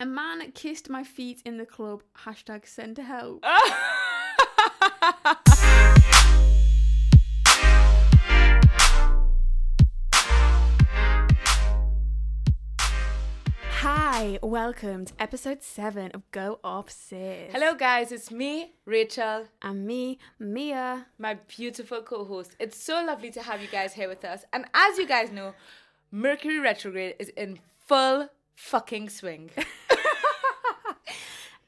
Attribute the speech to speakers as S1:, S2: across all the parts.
S1: A man kissed my feet in the club. Hashtag send help. Hi, welcome to episode 7 of Go Off Sis.
S2: Hello, guys. It's me, Rachel,
S1: And me, Mia.
S2: my beautiful co host. It's so lovely to have you guys here with us. And as you guys know, Mercury retrograde is in full fucking swing.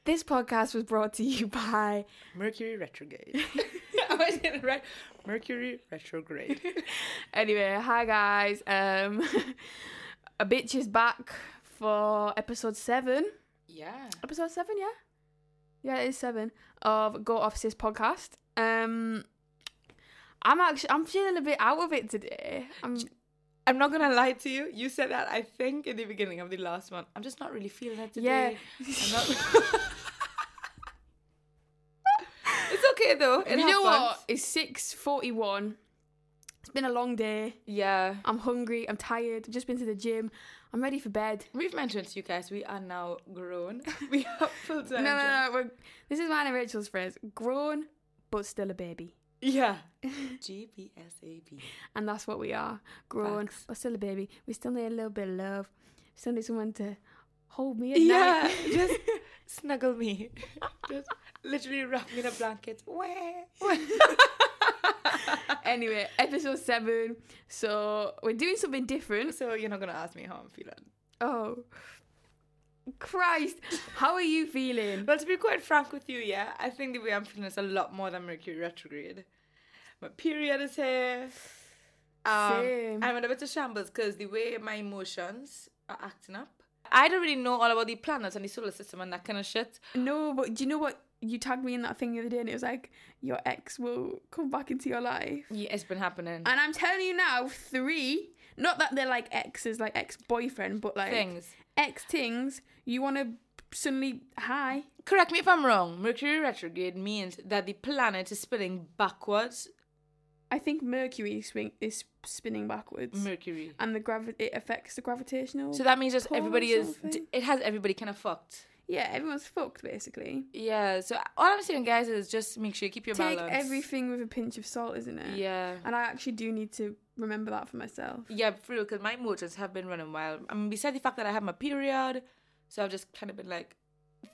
S1: This podcast was brought to you by
S2: Mercury retrograde. I was gonna write Mercury retrograde.
S1: Anyway, hi guys. Um A Bitch is back for episode 7.
S2: Yeah.
S1: Episode 7, yeah? Yeah, it is 7 of Go Off Sis podcast. Um I'm actually I'm feeling a bit out of it today. I'm
S2: I'm not gonna lie to you. You said that I think in the beginning of the last one. I'm just not really feeling it
S1: yeah.
S2: today. I'm not It's okay though. It
S1: you know what?
S2: happens.
S1: It's 6:41. It's been a long day.
S2: Yeah.
S1: I'm hungry. I'm tired. I've just been to the gym. I'm ready for bed.
S2: We've mentioned to you guys we are now grown. We have full time.
S1: No, no, no. We're, this is mine and Rachel's phrase: grown but still a baby,
S2: Yeah. G P S A B.
S1: and that's what we are: grown
S2: Facts.
S1: but still a baby. We still need a little bit of love. We still need someone to hold me at
S2: Yeah.
S1: night.
S2: Just snuggle me. Just literally wrap me in a blanket. Where?
S1: Anyway, episode seven. So we're doing something different.
S2: So you're not gonna ask me how I'm feeling.
S1: Oh, Christ! How are you feeling?
S2: Well, to be quite frank with you, yeah, I think the way I'm feeling is a lot more than Mercury retrograde. My period is here. Um,
S1: Same.
S2: I'm in a bit of shambles because the way my emotions are acting up. I don't really know all about the planets and the solar system and that kind of shit.
S1: No, but do you know what? You tagged me in that thing the other day, and it was like your ex will come back into your life.
S2: Yeah, it's been happening.
S1: And I'm telling you now, three. Not that they're like exes, like ex boyfriend, but like
S2: Things.
S1: ex things. You want to suddenly hi.
S2: Correct me if I'm wrong. Mercury retrograde means that the planet is spinning backwards.
S1: I think Mercury swing is spinning backwards,
S2: Mercury.
S1: and the gravi- it affects the gravitational.
S2: So that means just
S1: Pole
S2: everybody is.
S1: something.
S2: It has everybody kind of fucked.
S1: yeah, everyone's fucked basically.
S2: Yeah. So all I'm saying, guys, is just make sure you keep your
S1: Take
S2: balance.
S1: everything with a pinch of salt, isn't it?
S2: Yeah.
S1: And I actually do need to remember that for myself.
S2: Yeah, for real, because my emotions have been running wild. I mean, besides the fact that I had my period, so I've just kind of been like,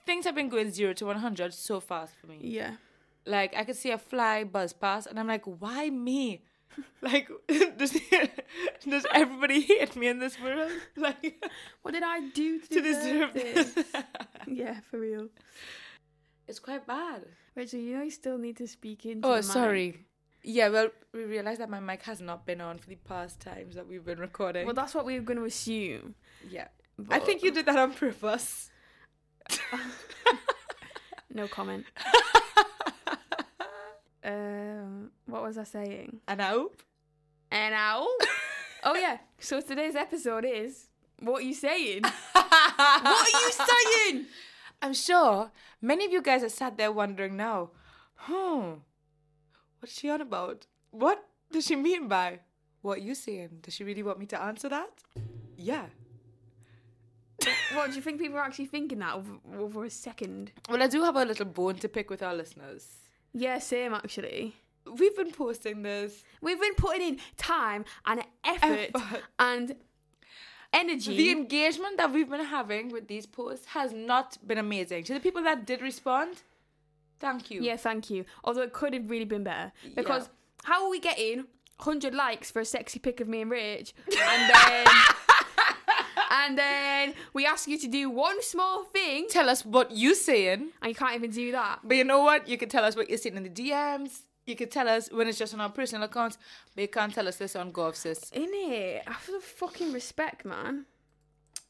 S2: things have been going zero to 100 so fast for me.
S1: Yeah.
S2: Like, I could see a fly buzz past, and I'm like, why me? Like, does, does everybody hate me in this world? Like,
S1: What did I do to,
S2: to deserve this?
S1: yeah, for real.
S2: it's quite bad.
S1: Rachel, you know you still need to speak into.
S2: Oh,
S1: the mic.
S2: sorry. Yeah, well, we realized that my mic has not been on for the past times that we've been recording.
S1: Well, that's what we were going to assume.
S2: yeah. I
S1: but-
S2: think you did that on purpose.
S1: No comment. um, what was I saying?
S2: And I hope.
S1: And owl. oh yeah. So today's episode is what are you saying?
S2: what
S1: What are you saying?
S2: I'm sure many of you guys are sat there wondering now, hmm, what's she on about? What does she mean by what you saying? Does she really want me to answer that? Yeah.
S1: what do you think people are actually thinking that over, over a second?
S2: Well, I do have a little bone to pick with our listeners.
S1: Yeah, same actually.
S2: We've been posting this.
S1: We've been putting in time and effort,
S2: Effort.
S1: and energy.
S2: The engagement that we've been having with these posts has not been amazing. To the people that did respond, thank you.
S1: Yeah, thank you. Although it could have really been better because how are we getting 100 likes for a sexy pic of me and Rich, and then and then we ask you to do one small thing,
S2: Tell us what you saying.
S1: and you can't even do that.
S2: But you know what? You can tell us what you're seeing in the DMs. You can tell us when it's just on our personal accounts, but you can't tell us this on golf, sis.
S1: In it, I feel fucking respect, man.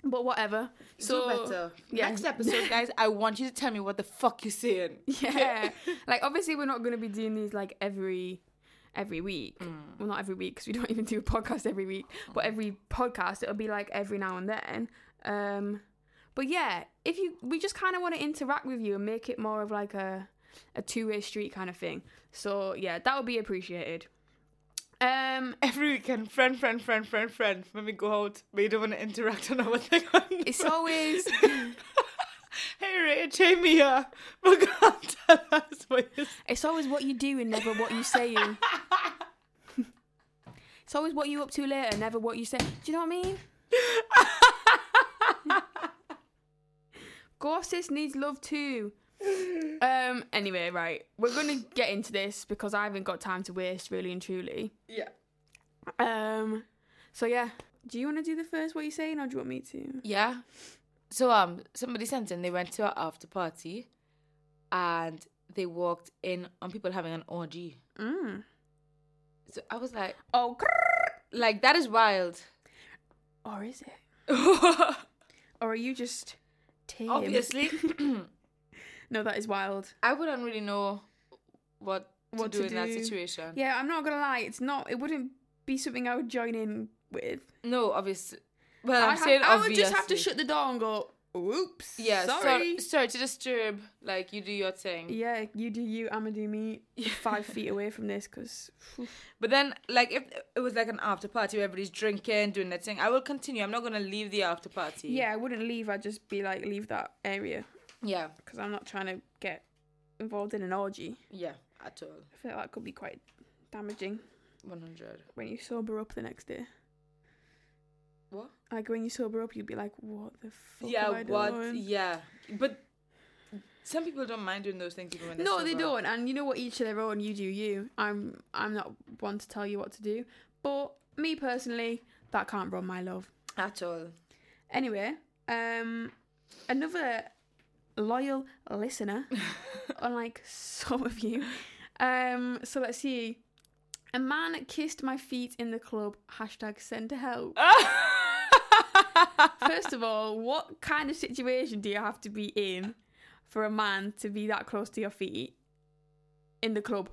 S1: But whatever. So yeah.
S2: Next episode, guys, I want you to tell me what the fuck you're saying.
S1: Yeah, like obviously we're not going to be doing these like every every week. Well, not every week because we don't even do a podcast every week. But every podcast, it'll be like every now and then. Um, but yeah, if you we just kind of want to interact with you and make it more of like a a two way street kind of thing. So yeah, that would be appreciated. Um,
S2: Every weekend, friend, friend, friend, friend, friend. When we go out, but you don't want to interact on our thing.
S1: it's always
S2: Jamia, but can't tell us what you're
S1: It's always what you do and never what you saying. it's always what you up to later, never what you say. Do you know what I mean? Gorsis needs love too. Um. Anyway, right, we're gonna get into this because I haven't got time to waste, really and truly.
S2: Yeah.
S1: Um. So yeah, do you want to do the first what you saying, or do you want me to?
S2: Yeah. So um, somebody sent in. They went to an after party, and they walked in on people having an orgy.
S1: Mm.
S2: So I was like,
S1: Oh,
S2: like that is wild.
S1: or is it? Or are you just tame?
S2: Obviously,
S1: No, that is wild.
S2: I wouldn't really know what to
S1: What
S2: do
S1: to
S2: in that
S1: do.
S2: situation.
S1: Yeah, I'm not gonna lie. It's not. It wouldn't be something I would join in with.
S2: No, obviously. Well, I'm
S1: I'd have-
S2: saying
S1: I would just have to
S2: obviously.
S1: shut the door and go. Oops.
S2: Yeah, sor-
S1: Sorry.
S2: sorry to disturb. Like you do your thing.
S1: Yeah, you do you. I'ma do me. Five feet away from this, cause
S2: But then, like, if it was like an after party where everybody's drinking, doing their thing, I will continue. I'm not gonna leave the after party.
S1: yeah, I wouldn't leave. I'd just be like, leave that area,
S2: yeah,
S1: cause I'm not trying to get involved in an orgy.
S2: yeah. At all,
S1: I feel like that could be quite damaging
S2: one hundred.
S1: when you sober up the next day.
S2: What?
S1: Like when you sober up, you'd be like, what the fuck?
S2: yeah,
S1: am I
S2: what?
S1: doing?
S2: Yeah, but some people don't mind doing those things even when they're
S1: No, they
S2: sober.
S1: don't. And you know what? Each to their own. You do you. I'm I'm not one to tell you what to do. But me personally, that can't run my love.
S2: at all.
S1: Anyway, um, another loyal listener, unlike some of you. Um, so let's see. A man kissed my feet in the club. Hashtag send to help. First of all, what kind of situation do you have to be in for a man to be that close to your feet in the club?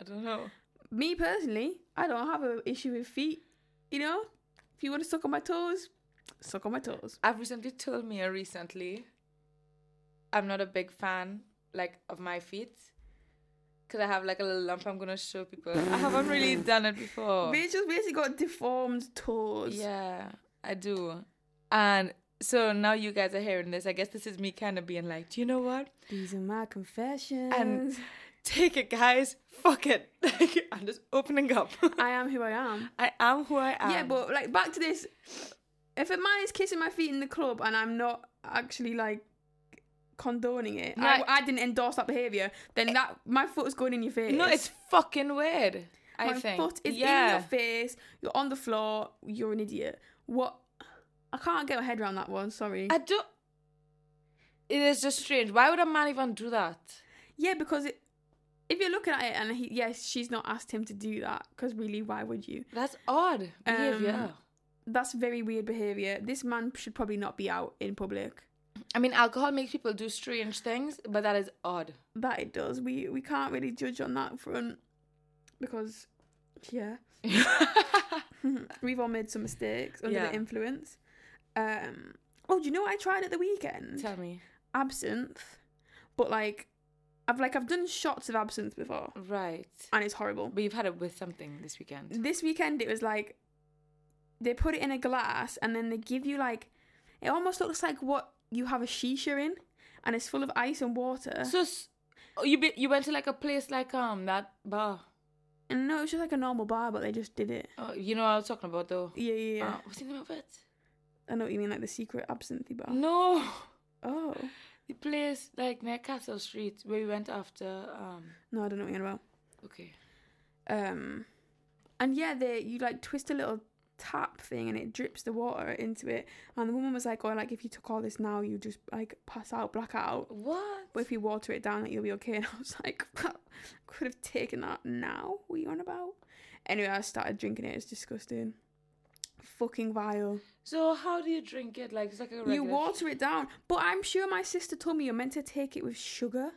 S2: I don't know.
S1: me personally, I don't have an issue with feet. You know, if you want to suck on my toes, suck on my toes.
S2: I've recently told Mia recently. I'm not a big fan like of my feet. Cause I have like a little lump. I'm gonna show people. I haven't really done it before.
S1: Rachel's basically got deformed toes.
S2: Oh. Yeah, I do. And so now you guys are hearing this. I guess this is me kind of being like, do you know what?
S1: These are my confessions.
S2: And- Take it, guys. Fuck it. Like, I'm just opening up.
S1: I am who I am.
S2: I am who I am.
S1: yeah, but like back to this. If a man is kissing my feet in the club and I'm not actually like condoning it, I,
S2: No.
S1: I didn't endorse that behavior, then that my foot is going in your face.
S2: Eh. no, it's fucking weird. I
S1: my
S2: think.
S1: foot is in your face. You're on the floor. You're an idiot. What? I can't get my head around that one. Sorry.
S2: I do. It is just strange. Why would a man even do that?
S1: Yeah, because it, if you're looking at it and he, yes, she's not asked him to do that because really, why would you?
S2: That's odd behavior.
S1: That's very weird behavior. This man should probably not be out in public.
S2: I mean, alcohol makes people do strange things, but that is odd.
S1: That it does. We we can't really judge on that front because yeah, we've all made some mistakes under
S2: Yeah.
S1: the influence. Um. Oh, do you know what I tried at the weekend?
S2: Tell me.
S1: Absinthe, but like, I've like I've done shots of absinthe before,
S2: Right.
S1: and it's horrible.
S2: But you've had it with something this weekend.
S1: this weekend it was like they put it in a glass and then they give you like it almost looks like what you have a shisha in and it's full of ice and water
S2: So s- oh, you be, you went to like a place like um that bar.
S1: and no it's just like a normal bar but they just did it
S2: Oh, you know what I was talking about though.
S1: yeah yeah yeah
S2: Uh, what's the name of it?
S1: i know what you mean like the secret absinthe bar
S2: No,
S1: oh
S2: the place like near Castle Street where we went after. Um,
S1: no i don't know what you're about
S2: okay.
S1: um and yeah they you like twist a little tap thing and it drips the water into it and the woman was like oh like if you took all this now you just like pass out black out
S2: What?
S1: but if you water it down, like you'll be okay. And I was like, could have taken that now. What are you on about? Anyway, I started drinking it. It's disgusting. Fucking vile.
S2: So how do you drink it? Like it's like a regular.
S1: You water it down, but I'm sure my sister told me you're meant to take it with sugar.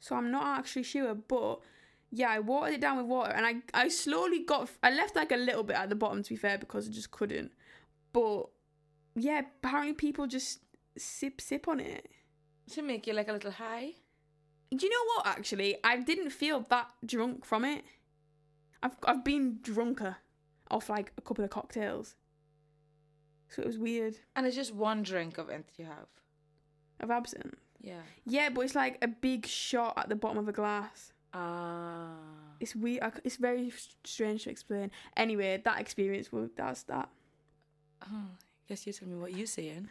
S1: So I'm not actually sure, but yeah, I watered it down with water, and I I slowly got I left like a little bit at the bottom to be fair because I just couldn't. But yeah, apparently people just sip sip on it.
S2: to make you like a little high.
S1: Do you know what? Actually, I didn't feel that drunk from it. I've I've been drunker off like a couple of cocktails, so it was weird.
S2: And it's just one drink of it you have.
S1: Of absinthe,
S2: Yeah.
S1: Yeah, but it's like a big shot at the bottom of a glass.
S2: Ah.
S1: It's weird. I c- It's very s- strange to explain. Anyway, that experience. Well, that's that.
S2: oh, guess you tell me what you saying.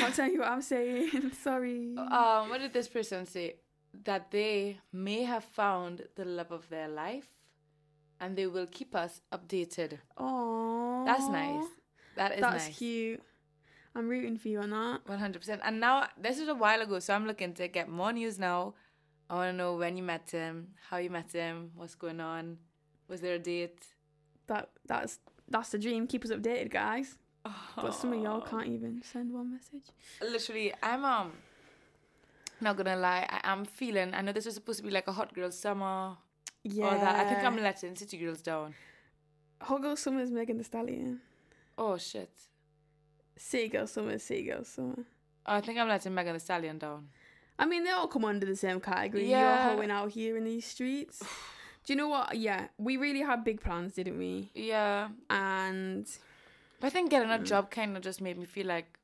S1: I'll tell you what I'm saying. Sorry.
S2: Um, what did this person say? That they may have found the love of their life, and they will keep us updated.
S1: Oh,
S2: That's nice. That is
S1: That's
S2: nice.
S1: cute. I'm rooting for you on that.
S2: One hundred percent. And now this is a while ago, so I'm looking to get more news now. I want to know when you met him, how you met him, what's going on, was there a date?
S1: That that's that's the dream. Keep us updated, guys. But some of y'all
S2: Oh.
S1: can't even send one message.
S2: Literally, I'm um, not gonna lie, I am feeling. I know this was supposed to be like a hot girl summer
S1: Yeah.
S2: or that. I think I'm letting city girls down.
S1: Hot Girl Summer is Megan the Stallion.
S2: Oh shit.
S1: City Girl Summer is City Girl Summer.
S2: I think I'm letting Megan the Stallion down.
S1: I mean, they all come under the same category.
S2: Yeah.
S1: You're hoeing out here in these streets. Do you know what? Yeah, we really had big plans, didn't we?
S2: Yeah,
S1: And
S2: but I think getting a job kind of just made me feel like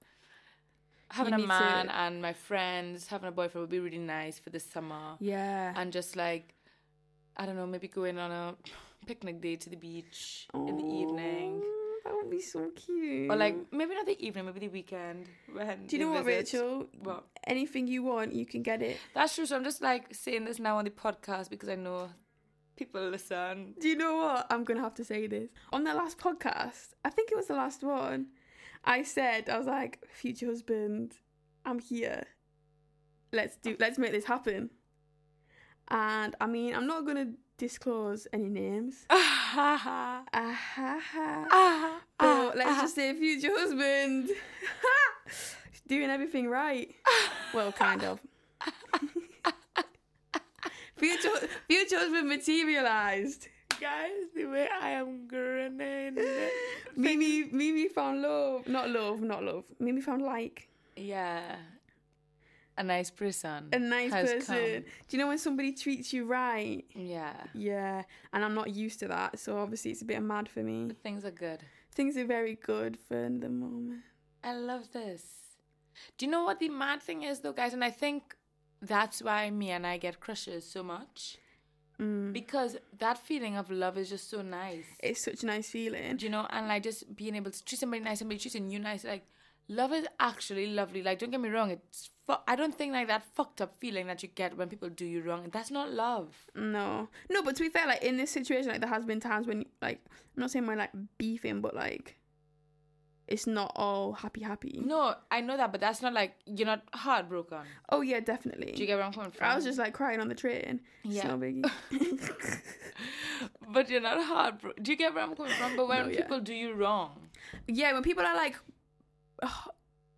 S2: having a
S1: need to-
S2: man and my friends, having a boyfriend would be really nice for the summer.
S1: yeah.
S2: and just like I don't know, maybe going on a picnic day to the beach in the evening,
S1: Aw, Oh, That would be so cute.
S2: or like maybe not the evening, maybe the weekend. When
S1: Oh. do you know
S2: they
S1: what,
S2: visit.
S1: Rachel?
S2: Well,
S1: Anything you want, you can get it.
S2: that's true. So I'm just like saying this now on the podcast because I know people listen.
S1: Do you know what? I'm gonna have to say this. On the last podcast, I think it was the last one, I said, I was like, future husband, I'm here. Let's do let's make this happen. And I mean, I'm not gonna disclose any names.
S2: Ah,
S1: Ah, ha, ha.
S2: ah,
S1: But let's just say future husband. She's doing everything right. Well, kind of. future future husband materialized.
S2: guys, the way I am grinning.
S1: Mimi Mimi found love. Not love, not love. Mimi found like
S2: Yeah. A nice person.
S1: a nice
S2: has
S1: person. Do you know when somebody treats you right?
S2: come. Yeah.
S1: Yeah. And I'm not used to that, so obviously it's a bit mad for me.
S2: Things are good.
S1: Things are very good for the moment.
S2: I love this. Do you know what the mad thing is, though, guys? And I think that's why me and I get crushes so much
S1: Mm.
S2: because that feeling of love is just so nice.
S1: It's such a nice feeling.
S2: Do you know? And like just being able to treat somebody nice, somebody treating you nice, like love is actually lovely. Like don't get me wrong, it's fu- I don't think like that fucked up feeling that you get when people do you wrong. That's not love.
S1: No, no, but to be fair, like in this situation, like there has been times when, like, I'm not saying we're like beefing, but like, it's not all happy, happy.
S2: No, I know that, but that's not like you're not heartbroken.
S1: Oh yeah,
S2: Do you
S1: definitely.
S2: get where I'm coming from?
S1: I was just like crying on the train. Yeah.
S2: Yeah.
S1: no biggie.
S2: but you're not heartbroken. Do you get where I'm coming from? But when
S1: No, yeah.
S2: people do you wrong,
S1: yeah, when people are like, oh,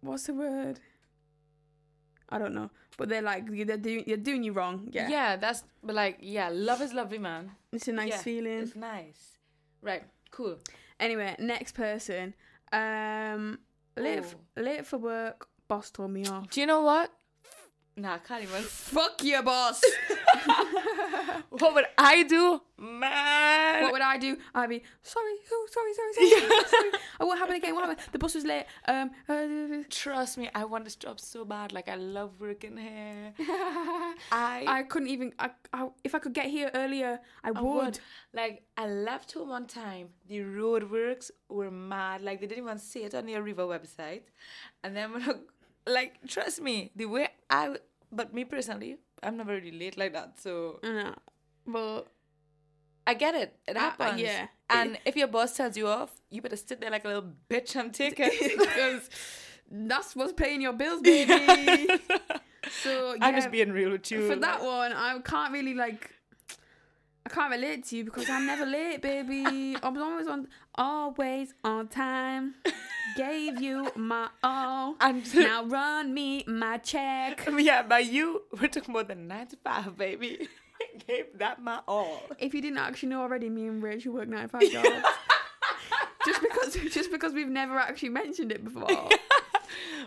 S1: what's the word? I don't know, but they're like, they're doing, you're doing you wrong. Yeah,
S2: Yeah. that's but like yeah, love is lovely, man.
S1: it's a nice
S2: Yeah,
S1: feeling.
S2: It's nice. Right, cool.
S1: Anyway, next person. Um, late, f- late for work. Boss told me off.
S2: Do you know what? Nah, I can't even.
S1: Fuck your boss.
S2: what would I do, man?
S1: what would I do? I'd be sorry, oh, sorry, sorry, sorry, sorry, sorry. Oh, what happened again? What happened? The bus was late. Um, uh,
S2: Trust me, I want this job so bad. Like I love working here. I
S1: I couldn't even. I, I, if I could get here earlier, I would.
S2: I Like I left home one time. The roadworks were mad. Like they didn't even see it on the Arriva website. And then when I, like trust me, the way I but me personally, I'm never really late like that. So
S1: No, but
S2: I get it. It
S1: I- I-
S2: happens.
S1: Uh, yeah.
S2: And if your boss tells you off, you better sit there like a little bitch and take it.
S1: because that's what's paying your bills, baby. so yeah,
S2: I'm just being real with you.
S1: for that one, I can't really like. I can't relate to you because I'm never late, baby. I'm always on, always on time. Gave you my all.
S2: And
S1: now run me my check.
S2: yeah, but you we're talking more than nine to five, baby. Gave that my all.
S1: If you didn't actually know already, me and Rachel work nine to five jobs. just because, just because we've never actually mentioned it before.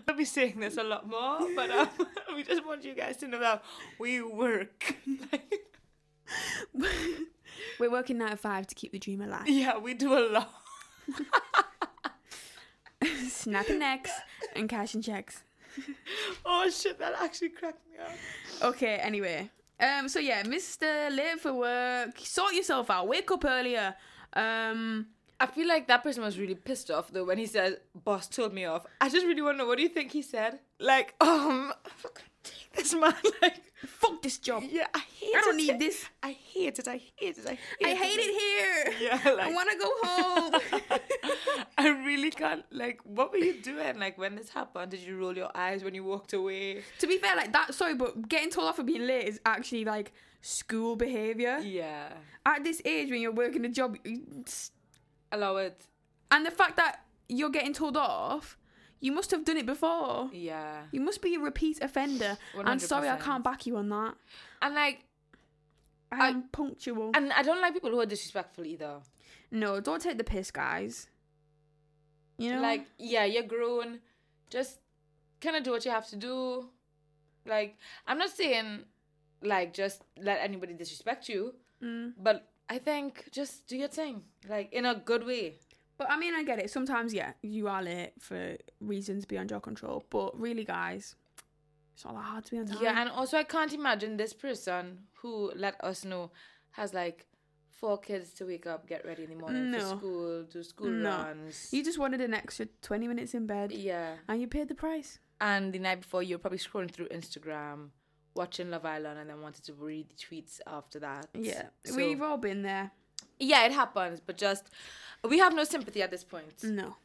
S2: I'll be saying this a lot more, but um, we just want you guys to know that we work. Like,
S1: We're working nine to five to keep the dream alive.
S2: yeah, we do a lot.
S1: Snapping necks and cashing checks.
S2: oh shit, that actually cracked me up.
S1: Okay, anyway. Um, so yeah, Mr. Late for work. Sort yourself out. Wake up earlier. Um,
S2: I feel like that person was really pissed off though when he says, "Boss told me off." I just really want to know what do you think he said? Like, um, I fucking take this man. Like,
S1: fuck this job.
S2: yeah, I hate.
S1: I don't
S2: it.
S1: need this.
S2: I hate it. I hate it. I hate it.
S1: I hate it here.
S2: Yeah, like,
S1: I want to go home.
S2: I really can't. Like, what were you doing? Like, when this happened, did you roll your eyes when you walked away?
S1: to be fair, like that. Sorry, but getting told off for being late is actually like school behavior.
S2: Yeah,
S1: At this age, when you're working a job, it's-
S2: allow it.
S1: and the fact that you're getting told off, you must have done it before.
S2: Yeah,
S1: You must be a repeat offender. i am sorry, I
S2: 100%.
S1: can't back you on that.
S2: and like, I-
S1: I'm punctual.
S2: and I don't like people who are disrespectful either.
S1: no, don't take the piss, guys. You know,
S2: Like, yeah, you're grown. Just kind of do what you have to do. Like, I'm not saying, like, just let anybody disrespect you,
S1: Mm.
S2: but I think just do your thing, like, in a good way.
S1: But I mean, I get it. Sometimes, yeah, you are late for reasons beyond your control. But really, guys, it's not that hard to be on time.
S2: Yeah, and also I can't imagine this person who let us know has like four kids to wake up, get ready in the morning
S1: No.
S2: for school, do school
S1: No.
S2: runs.
S1: you just wanted an extra 20 minutes in bed
S2: yeah.
S1: and you paid the price.
S2: And the night before you're probably scrolling through Instagram, watching Love Island and then wanted to read the tweets after that.
S1: Yeah.
S2: So-
S1: We've all been there.
S2: yeah, it happens, but just we have no sympathy at this point.
S1: No.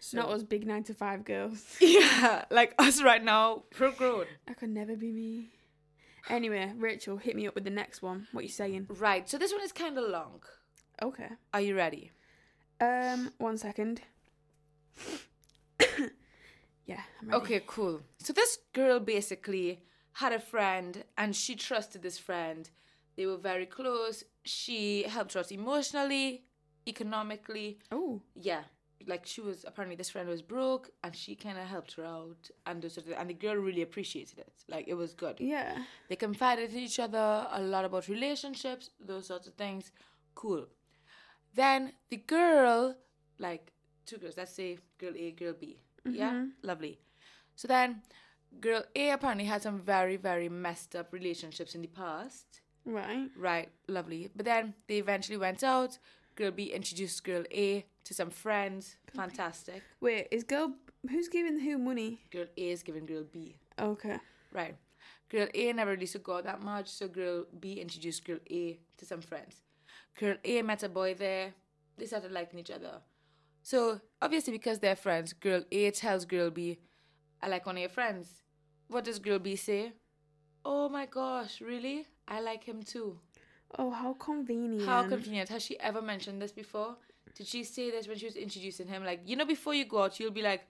S2: So-
S1: Mm, Not us big nine to five girls.
S2: Yeah, like us right now, we're grown.
S1: That could never be me. Anyway, Rachel, hit me up with the next one. What you saying?
S2: Right, so this one is kind of long.
S1: Okay.
S2: Are you ready?
S1: Um, one second. yeah, I'm ready.
S2: Okay, cool. So this girl basically had a friend and she trusted this friend. They were very close. She helped her out emotionally, economically.
S1: Oh,
S2: Yeah. Like she was apparently this friend was broke and she kinda helped her out and those sort of, and the girl really appreciated it. Like it was good.
S1: yeah.
S2: They confided in each other a lot about relationships, those sorts of things. Cool. Then the girl, like two girls, let's say girl A, girl B. Yeah? Lovely. So then girl A apparently had some very, very messed up relationships in the past.
S1: Right.
S2: Right, lovely. But then they eventually went out. Girl B introduced girl A to some friends. Fantastic.
S1: Wait, is girl who's giving who money?
S2: Girl A is giving girl B.
S1: Okay.
S2: Right. Girl A never really took out that much, so girl B introduced girl A to some friends. Girl A met a boy there. They started liking each other. So obviously because they're friends, girl A tells girl B, I like one of your friends. What does girl B say? Oh my gosh, really? I like him too.
S1: Oh, how convenient.
S2: How convenient. Has she ever mentioned this before? Did she say this when she was introducing him? Like, you know, before you go out, you'll be like,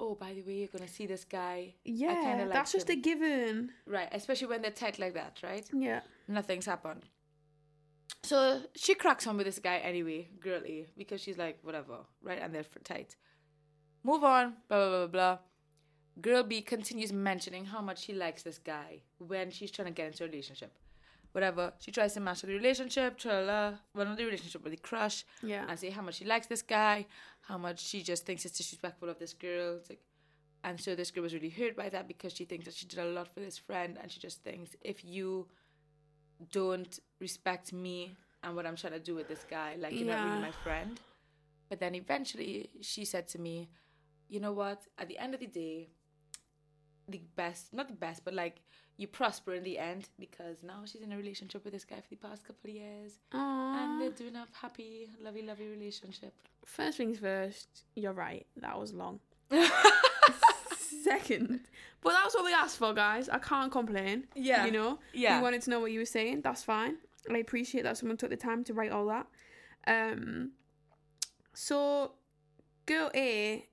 S2: Oh, by the way, you're gonna see this guy. I kinda
S1: yeah,
S2: like
S1: that's just
S2: him."
S1: a given.
S2: Right, especially when they're tight like that, right?
S1: Yeah.
S2: Nothing's happened. So she cracks on with this guy anyway, girl A, because she's like, whatever, right? And they're f- tight. Move on, blah, blah, blah, blah. Girl B continues mentioning how much she likes this guy when she's trying to get into a relationship. Whatever. She tries to master the relationship, tra la, well, not the relationship, but the crush,
S1: Yeah.
S2: and say how much she likes this guy, how much she just thinks it's disrespectful of this girl. It's like, and so this girl was really hurt by that because she thinks that she did a lot for this friend, and she just thinks if you don't respect me and what I'm trying to do with this guy, like you're not really
S1: Yeah.
S2: my friend. But then eventually she said to me, you know what? At the end of the day, the best, not the best, but like you prosper in the end because now she's in a relationship with this guy for the past couple of years and they're
S1: Aww.
S2: doing a happy, lovely, lovely relationship.
S1: First things first, you're right. That was long. Second, but that's what we asked for, guys. I can't complain.
S2: Yeah.
S1: You know.
S2: Yeah.
S1: We wanted to know what you were saying. That's fine. I appreciate that someone took the time to write all that. Um. So, girl A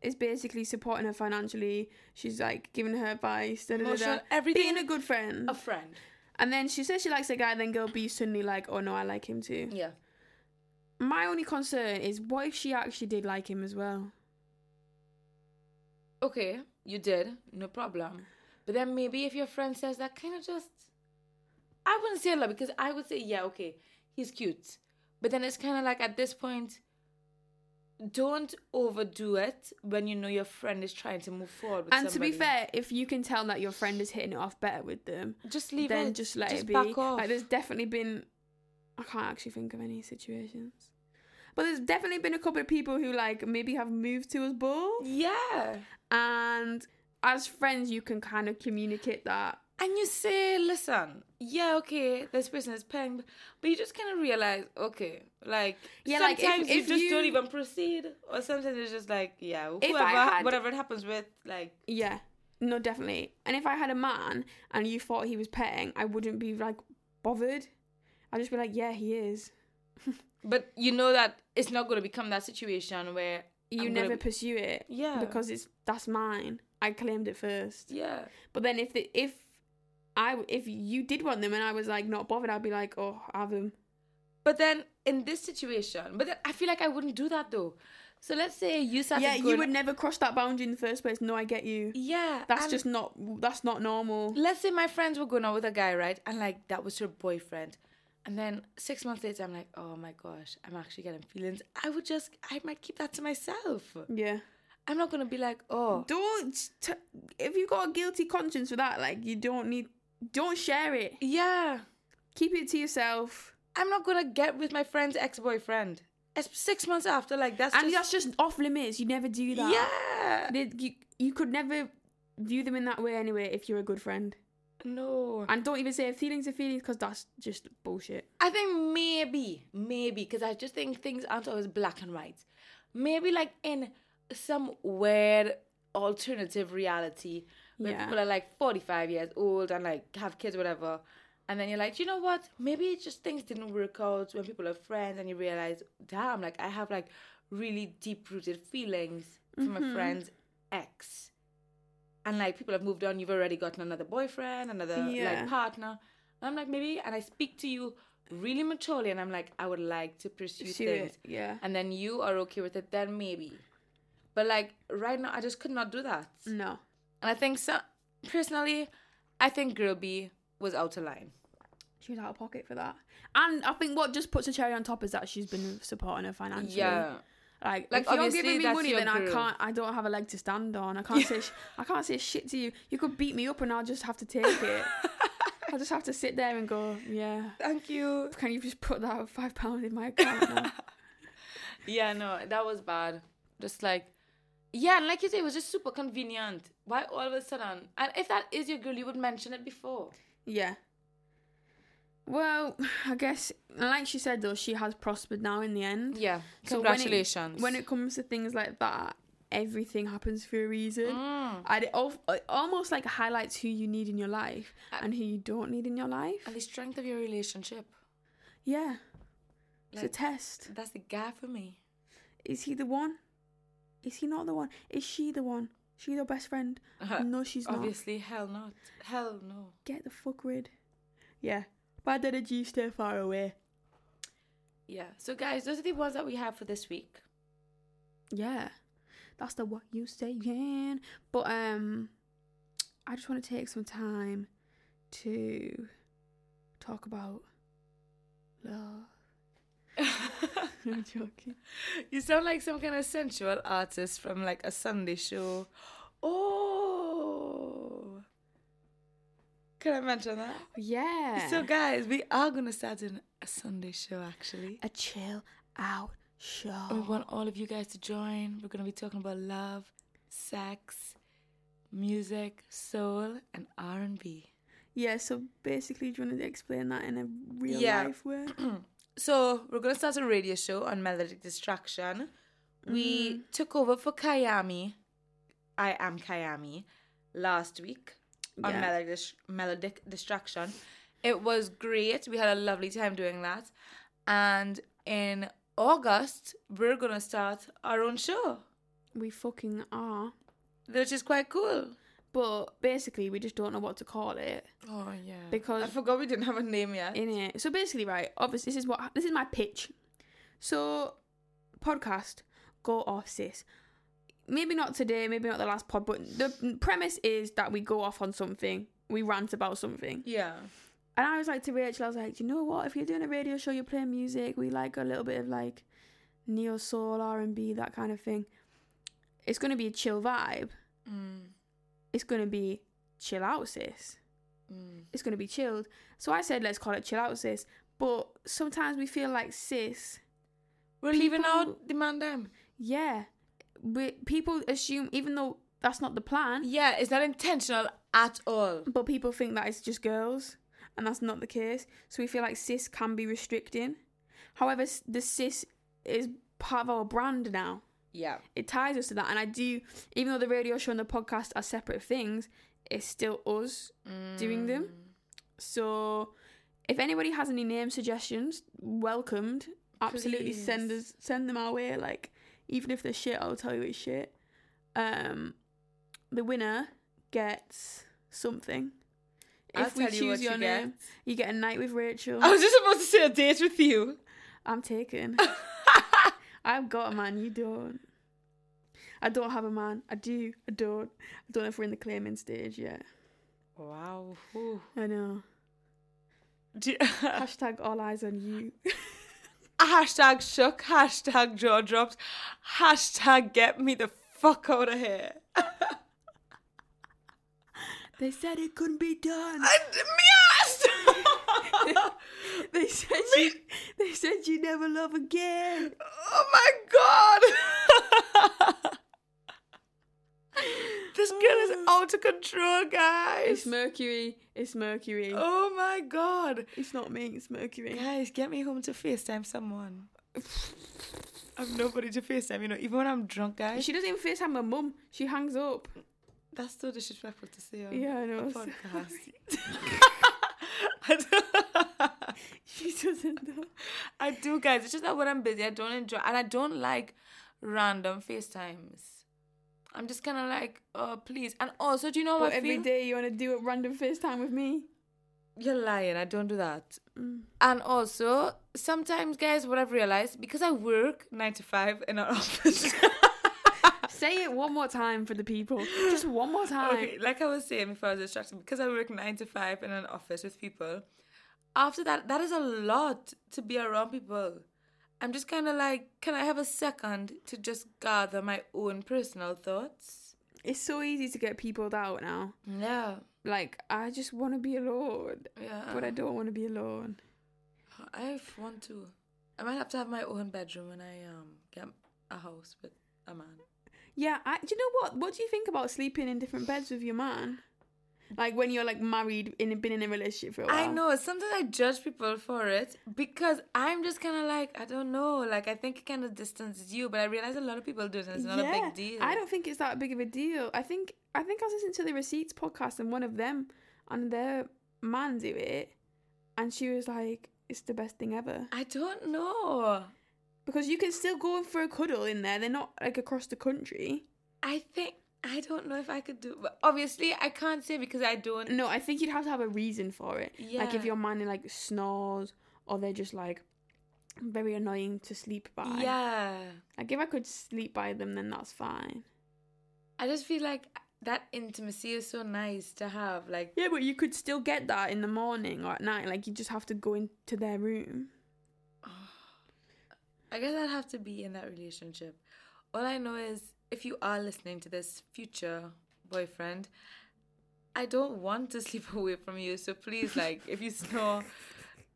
S1: is basically supporting her financially. She's like giving her advice, da, da, da, da.
S2: Emotional, everything.
S1: being a good friend.
S2: a friend.
S1: And then she says she likes a guy, and then girl B suddenly like, oh no, I like him too.
S2: Yeah.
S1: My only concern is what if she actually did like him as well?
S2: Okay, you did, no problem. But then maybe if your friend says that, kind of just, I wouldn't say a lot because I would say, yeah, okay, he's cute. But then it's kind of like at this point, don't overdo it when you know your friend is trying to move forward. With
S1: and to be
S2: somebody.
S1: fair, if you can tell that your friend is hitting it off better with them,
S2: just leave
S1: then
S2: it.
S1: just let it be.
S2: back off.
S1: Like there's definitely been I can't actually think of any situations. But there's definitely been a couple of people who like maybe have moved to us both
S2: yeah,
S1: and as friends you can kind of communicate that.
S2: and you say, listen, yeah, okay, this person is paying, but you just kind of realize, okay, like
S1: Yeah, like, if-
S2: sometimes you
S1: if
S2: just
S1: you-
S2: don't even proceed, or sometimes it's just like, yeah,
S1: I
S2: whoever,
S1: had-
S2: whatever it happens with, like,
S1: Yeah. No, definitely. And if I had a man and you thought he was petting, I wouldn't be like bothered. I'd just be like, yeah, he is.
S2: but you know that it's not going to become that situation where
S1: You
S2: I'm gonna
S1: never
S2: be-
S1: pursue it
S2: yeah,
S1: because it's that's mine. I claimed it first.
S2: yeah,
S1: But then if the, if I if you did want them and I was like not bothered, I'd be like, oh, have them.
S2: But then in this situation, but then I feel like I wouldn't do that though. So let's say you started.
S1: yeah, you
S2: going-
S1: would never cross that boundary in the first place. No, I get you.
S2: Yeah,
S1: That's
S2: and
S1: just not that's not normal.
S2: Let's say my friends were going out with a guy, right? And like that was your boyfriend. And then six months later, I'm like, oh my gosh, I'm actually getting feelings. I would just, I might keep that to myself.
S1: Yeah.
S2: I'm not gonna be like, oh,
S1: Don't t- if you got a guilty conscience for that, like you don't need don't share it.
S2: yeah,
S1: Keep it to yourself.
S2: I'm not gonna get with my friend's ex boyfriend. Six months after, like that's
S1: and
S2: just,
S1: that's just off limits. You never do that.
S2: yeah,
S1: They- You, you could never view them in that way anyway if you're a good friend.
S2: no.
S1: And don't even say feelings are feelings because that's just bullshit.
S2: I think maybe, maybe, because I just think things aren't always black and white. Maybe like in some weird alternative reality where
S1: Yeah.
S2: people are like 45 years old and like have kids, whatever. And then you're like, you know what? Maybe it's just things didn't work out when people are friends and you realize, damn, like I have like really deep rooted feelings for my
S1: Mm-hmm.
S2: friend's ex. And like people have moved on, you've already gotten another boyfriend, another
S1: Yeah.
S2: like partner. And I'm like, maybe, and I speak to you really maturely, and I'm like, I would like to pursue
S1: Pursue
S2: things.
S1: it, yeah.
S2: And then you are okay with it, then maybe. But like right now, I just could not do that.
S1: No.
S2: And I think so. Personally, I think Girl B was out of line.
S1: She was out of pocket for that. And I think what just puts a cherry on top is that she's been supporting her financially.
S2: Yeah.
S1: Like,
S2: Like,
S1: if you're
S2: obviously,
S1: giving me
S2: that's
S1: money,
S2: your
S1: then I
S2: girl.
S1: can't. I don't have a leg to stand on. I can't say. Sh- I can't say shit to you. You could beat me up, and I'll just have to take it. I'll just have to sit there and go, yeah.
S2: Thank you.
S1: Can you just put that five pound in my account now?
S2: Yeah, no, that was bad. Just like, yeah, and like you say, it was just super convenient. Why all of a sudden? And if that is your girl, you would mention it before.
S1: Yeah. Well, I guess, like she said though, she has prospered now in the end.
S2: Yeah.
S1: So when it-
S2: Congratulations.
S1: when it comes to things like that, everything happens for a reason.
S2: Mm.
S1: And it, al- it almost like highlights who you need in your life and who you don't need in your life.
S2: And the strength of your relationship.
S1: Yeah. it's
S2: Like-
S1: a test.
S2: That's the guy for me.
S1: Is he the one? Is he not the one? Is she the one? She your best friend?
S2: Uh,
S1: No, she's not.
S2: Obviously, hell not. Hell no.
S1: Get the fuck rid. Yeah. Bad energy, stay far away.
S2: Yeah. So, guys, those are the ones that we have for this week.
S1: Yeah. That's the what you saying. But um I just want to take some time to talk about love. I'm joking.
S2: you sound like some kind of sensual artist from like a Sunday show. Oh. Can I mention that?
S1: Yeah.
S2: So, guys, we are going to start doing a Sunday show actually.
S1: a chill out show.
S2: We want all of you guys to join. We're going to be talking about love, sex, music, soul, and R&B.
S1: Yeah, so basically do you want to explain that in a real
S2: Yeah.
S1: life way?
S2: So we're gonna start a radio show on Melodic Distraction. We took over for Kayami. I am Kayami. Last week on
S1: Yeah.
S2: Melodic, Dis- Melodic Distraction, it was great. We had a lovely time doing that. And in August, we're gonna start our own show,
S1: We fucking are.
S2: which is quite cool.
S1: But basically we just don't know what to call it.
S2: Oh yeah,
S1: Because-
S2: I forgot we didn't have a name yet.
S1: in it. So basically, right, obviously, this is what this is my pitch. So, podcast, go off, sis. Maybe not today, maybe not the last pod, but the premise is that we go off on something, we rant about something.
S2: yeah,
S1: And I was like to Rachel, I was like, do you know what? If you're doing a radio show, you're playing music, we like a little bit of like neo soul, R and B, that kind of thing. It's gonna be a chill vibe.
S2: Mm.
S1: It's gonna be chill out, sis.
S2: Mm.
S1: It's gonna be chilled. So I said, let's call it chill out, sis. But sometimes we feel like sis.
S2: We're leaving
S1: People-
S2: out the man them.
S1: Yeah, we, people assume even though that's not the plan,
S2: Yeah, it's not intentional at all.
S1: but people think that it's just girls, and that's not the case. So we feel like cis can be restricting. However, s- the cis is part of our brand now.
S2: Yeah.
S1: It ties us to that, and I do. Even though the radio show and the podcast are separate things, it's still us doing them.
S2: Mm,
S1: So, if anybody has any name suggestions, welcomed. Absolutely, send
S2: Please.
S1: us send them our way. Like, even if they're shit, I'll tell you it's shit. Um, the winner gets something.
S2: I'll
S1: if we
S2: tell
S1: choose
S2: you what
S1: your
S2: you
S1: name, you get Oh. a night with Rachel.
S2: I was just supposed to say a date with you.
S1: I'm taken. I've got a man. You don't. I don't have a man. I do. I don't. I don't know if we're in the claiming stage yet.
S2: wow. Ooh.
S1: I know.
S2: Do you-
S1: Hashtag all eyes on you.
S2: hashtag shook, hashtag jaw dropped, hashtag get me the fuck out of here.
S1: They said it couldn't be done.
S2: And me ass!
S1: They said you, they said you never love again.
S2: oh my god! this girl is out of control,
S1: Oh. It's
S2: guys.
S1: Mercury. It's Mercury.
S2: Oh my god.
S1: It's not me. It's Mercury.
S2: Guys, get me home to FaceTime someone. I've nobody to FaceTime, you know, even when I'm drunk, guys. Um,
S1: She doesn't even FaceTime my mum. She hangs up.
S2: That's so disrespectful to say on
S1: Yeah, I
S2: a
S1: know.
S2: podcast. I do-
S1: She doesn't know.
S2: I do, guys. It's just that when I'm busy, I don't enjoy, and I don't like random FaceTimes. I'm just kind of like, oh, please. And also, do you know
S1: But
S2: what I
S1: every
S2: feel?
S1: day you want to do a random FaceTime with me.
S2: You're lying. I don't do that.
S1: Mm.
S2: And also, sometimes, guys, what I've realized because I work nine to five in our office.
S1: Say it one more time for the people. Just one more time.
S2: Okay, like I was saying before I was distracted, because I work nine to five in an office with people, after that, that is a lot to be around people. I'm just kind of like, can I have a second to just gather my own personal thoughts?
S1: It's so easy to get peopled out now.
S2: Yeah,
S1: Like I just want to be alone,
S2: yeah.
S1: but I don't want to be alone.
S2: I want to. I might have to have my own bedroom when I um get a house with a man.
S1: Yeah, I, do you know what? What do you think about sleeping in different beds with your man? Like when you're like married and been in a relationship for a while.
S2: I know. Sometimes I judge people for it because I'm just kind of like, I don't know. Like, I think it kind of distances you, but I realize a lot of people do it and it's not a big deal.
S1: I don't think it's that big of a deal. I think I think I was listening to the Receipts podcast and one of them and their man do it, and she was like, "It's the best thing ever."
S2: I don't know.
S1: Because you can still go for a cuddle in there. They're not like across the country.
S2: I think I don't know if I could do. But obviously, I can't say because I don't.
S1: No, I think you'd have to have a reason for it. Like if
S2: Yeah.
S1: your man like snores or they're just like very annoying to sleep by.
S2: Yeah,
S1: Like if I could sleep by them, then that's fine.
S2: I just feel like that intimacy is so nice to have. Like,
S1: Yeah, but you could still get that in the morning or at night. Like you just have to go into their room.
S2: I guess I'd have to be in that relationship. All I know is if you are listening to this future boyfriend, I don't want to sleep away from you. So please, like, if you snore.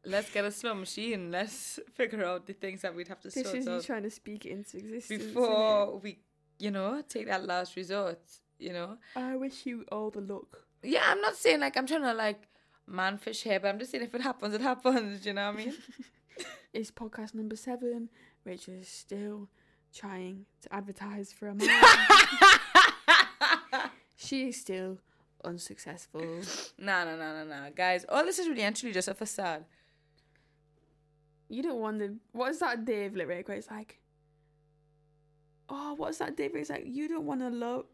S2: Let's get a slow machine. Let's figure out the things that we'd have to
S1: This
S2: sort
S1: is you
S2: out.
S1: trying to speak it into existence. isn't it?
S2: before we, you know, take that last resort, you know?
S1: I wish you all the luck.
S2: Yeah, I'm not saying like I'm trying to like manfish here, but I'm just saying if it happens, it happens, you know what I mean?
S1: It's podcast number seven. Rachel is still trying to advertise for a man. she is still unsuccessful.
S2: no, no, no, no, no. Guys, all this is really and truly just a facade.
S1: You don't want the what is that Dave lyric where it's like Oh, what's that Dave? lyric? It's like you don't wanna love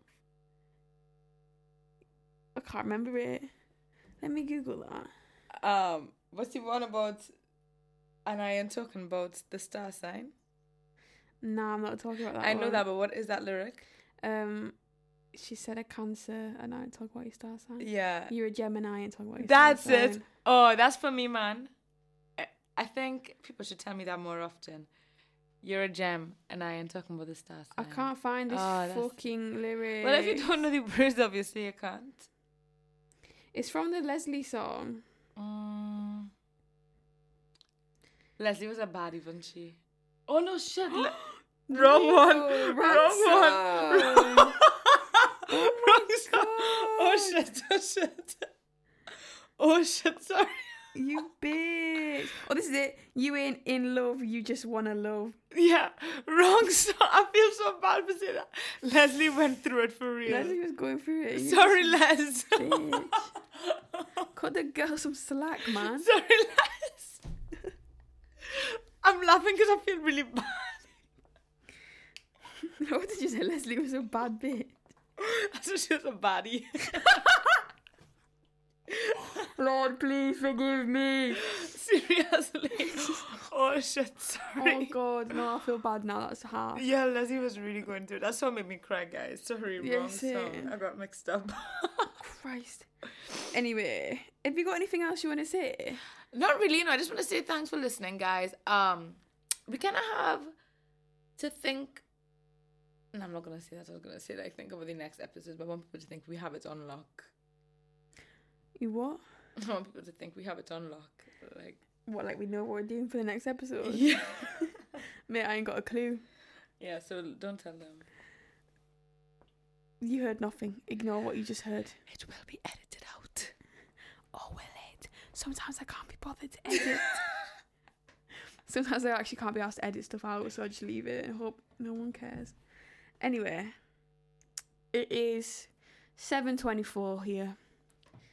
S1: I can't remember it. Let me Google that.
S2: Um, what's the one about and I am talking about the star sign?
S1: Nah, I'm not talking about that.
S2: I know
S1: one.
S2: that, but what is that lyric?
S1: Um she said a cancer and I don't talk about your star sign.
S2: Yeah.
S1: You're a Gemini and talk about your
S2: That's
S1: star sign.
S2: it. Oh, that's for me, man. I- I think people should tell me that more often. You're a gem, and I am talking about the stars.
S1: I can't find this
S2: Oh, that's-
S1: fucking lyric.
S2: Well, if you don't know the words, obviously you can't.
S1: It's from the Leslie song.
S2: Mm. Leslie was a baddie, wasn't she? Oh no, shit! Le- Wrong one.
S1: No,
S2: Wrong
S1: right
S2: one.
S1: song.
S2: Wrong song. Oh
S1: God.
S2: shit! Oh shit! Oh shit! Sorry.
S1: You bitch. Oh, this is it. You ain't in love. You just wanna love.
S2: Yeah, wrong song. I feel so bad for saying that. Leslie went through it for real.
S1: Leslie was going through it. You
S2: Sorry, Les.
S1: bitch. Cut the girl some slack, man.
S2: Sorry, Les. I'm laughing because I feel really bad.
S1: what did you say? Leslie was a bad bitch.
S2: That's what she was a baddie.
S1: Lord, please forgive me.
S2: Seriously. Oh shit,
S1: Oh
S2: sorry.
S1: God, no, I feel bad now. That's hard.
S2: yeah, Leslie was really going through it. That's what made me cry, guys. Sorry,
S1: Yeah,
S2: wrong
S1: same.
S2: song. I got mixed up.
S1: Christ. Anyway, have you got anything else you want to say?
S2: Not really, no. I just want to say thanks for listening, guys. Um, we kind of have to think. No, I'm not gonna say that. I was gonna say like think over the next episode, but I want people to think we have it on lock.
S1: You what?
S2: I want people to think we have it on lock. Like
S1: What, like we know what we're doing for the next episode?
S2: yeah,
S1: Mate, I ain't got a clue.
S2: yeah. So don't tell them.
S1: You heard nothing. Ignore what you just heard.
S2: It will be edited out.
S1: Oh, will it? Sometimes I can't be bothered to edit. Sometimes I actually can't be asked to edit stuff out, so I just leave it and hope no one cares. Anyway, it is 7.24 here.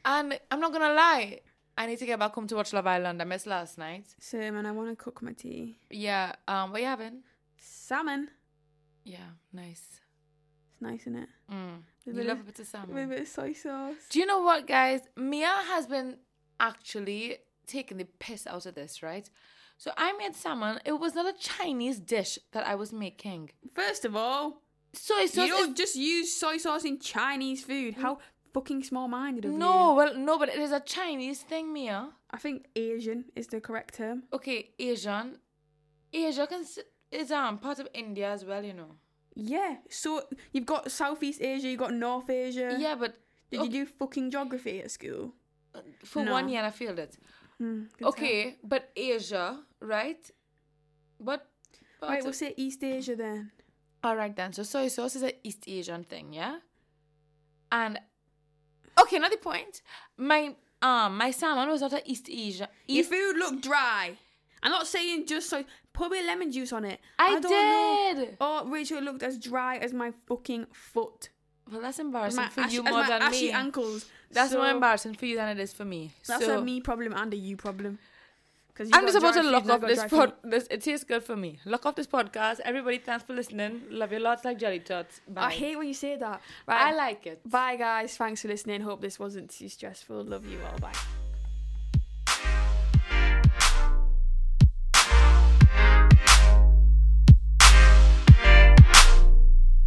S2: And I'm not gonna lie. I need to get back home to watch Love Island. I missed last night.
S1: Same, and I want to cook my tea.
S2: Yeah. Um. What you having?
S1: Salmon.
S2: Yeah. Nice.
S1: It's nice, isn't it?
S2: Mm.
S1: With
S2: You
S1: a
S2: love a
S1: bit
S2: bit of
S1: of-
S2: salmon.
S1: with a bit of soy sauce.
S2: Do you know what, guys? Mia has been actually taking the piss out of this, right? So I made salmon. It was not a Chinese dish that I was making.
S1: First of all,
S2: Soy sauce.
S1: you don't
S2: is-
S1: just use soy sauce in Chinese food. How fucking small-minded of you.
S2: no, well, no, but it is a Chinese thing, Mia.
S1: I think Asian is the correct term.
S2: Okay, Asian. Asia can, is um, part of India as well, you know.
S1: Yeah. So you've got Southeast Asia, you've got North Asia.
S2: Yeah, but
S1: Did you do fucking geography at school?
S2: for
S1: No.
S2: one year I failed it.
S1: Hmm, good
S2: Okay, but Asia, right? But
S1: tell. Right, we'll say East Asia then.
S2: All right, then. So soy sauce is an East Asian thing, yeah. And okay, another point. My um, my salmon was not an East Asia.
S1: Your
S2: East,
S1: food looked dry. I'm not saying just so. Put a bit of lemon juice on it.
S2: I,
S1: don't know.
S2: did.
S1: Oh, Rachel it looked as dry as my fucking foot.
S2: Well, that's
S1: As
S2: embarrassing
S1: my,
S2: for
S1: ash-
S2: you
S1: as
S2: more
S1: my
S2: than
S1: ashy
S2: me.
S1: ankles.
S2: that's
S1: so,
S2: more embarrassing for you than it is for me.
S1: That's
S2: so
S1: a me problem and a you problem. 'Cause you've
S2: I'm
S1: got
S2: just about
S1: dry
S2: to
S1: feet
S2: lock
S1: and I've
S2: off
S1: got
S2: this
S1: dry
S2: pod.
S1: feet.
S2: This, it tastes good for me. Lock off this podcast. Everybody, thanks for listening. Love you lots like jelly tots. Bye.
S1: I hate when you say that. Right.
S2: I like it.
S1: Bye, guys. Thanks for listening. Hope this wasn't too stressful. Love you all. Bye.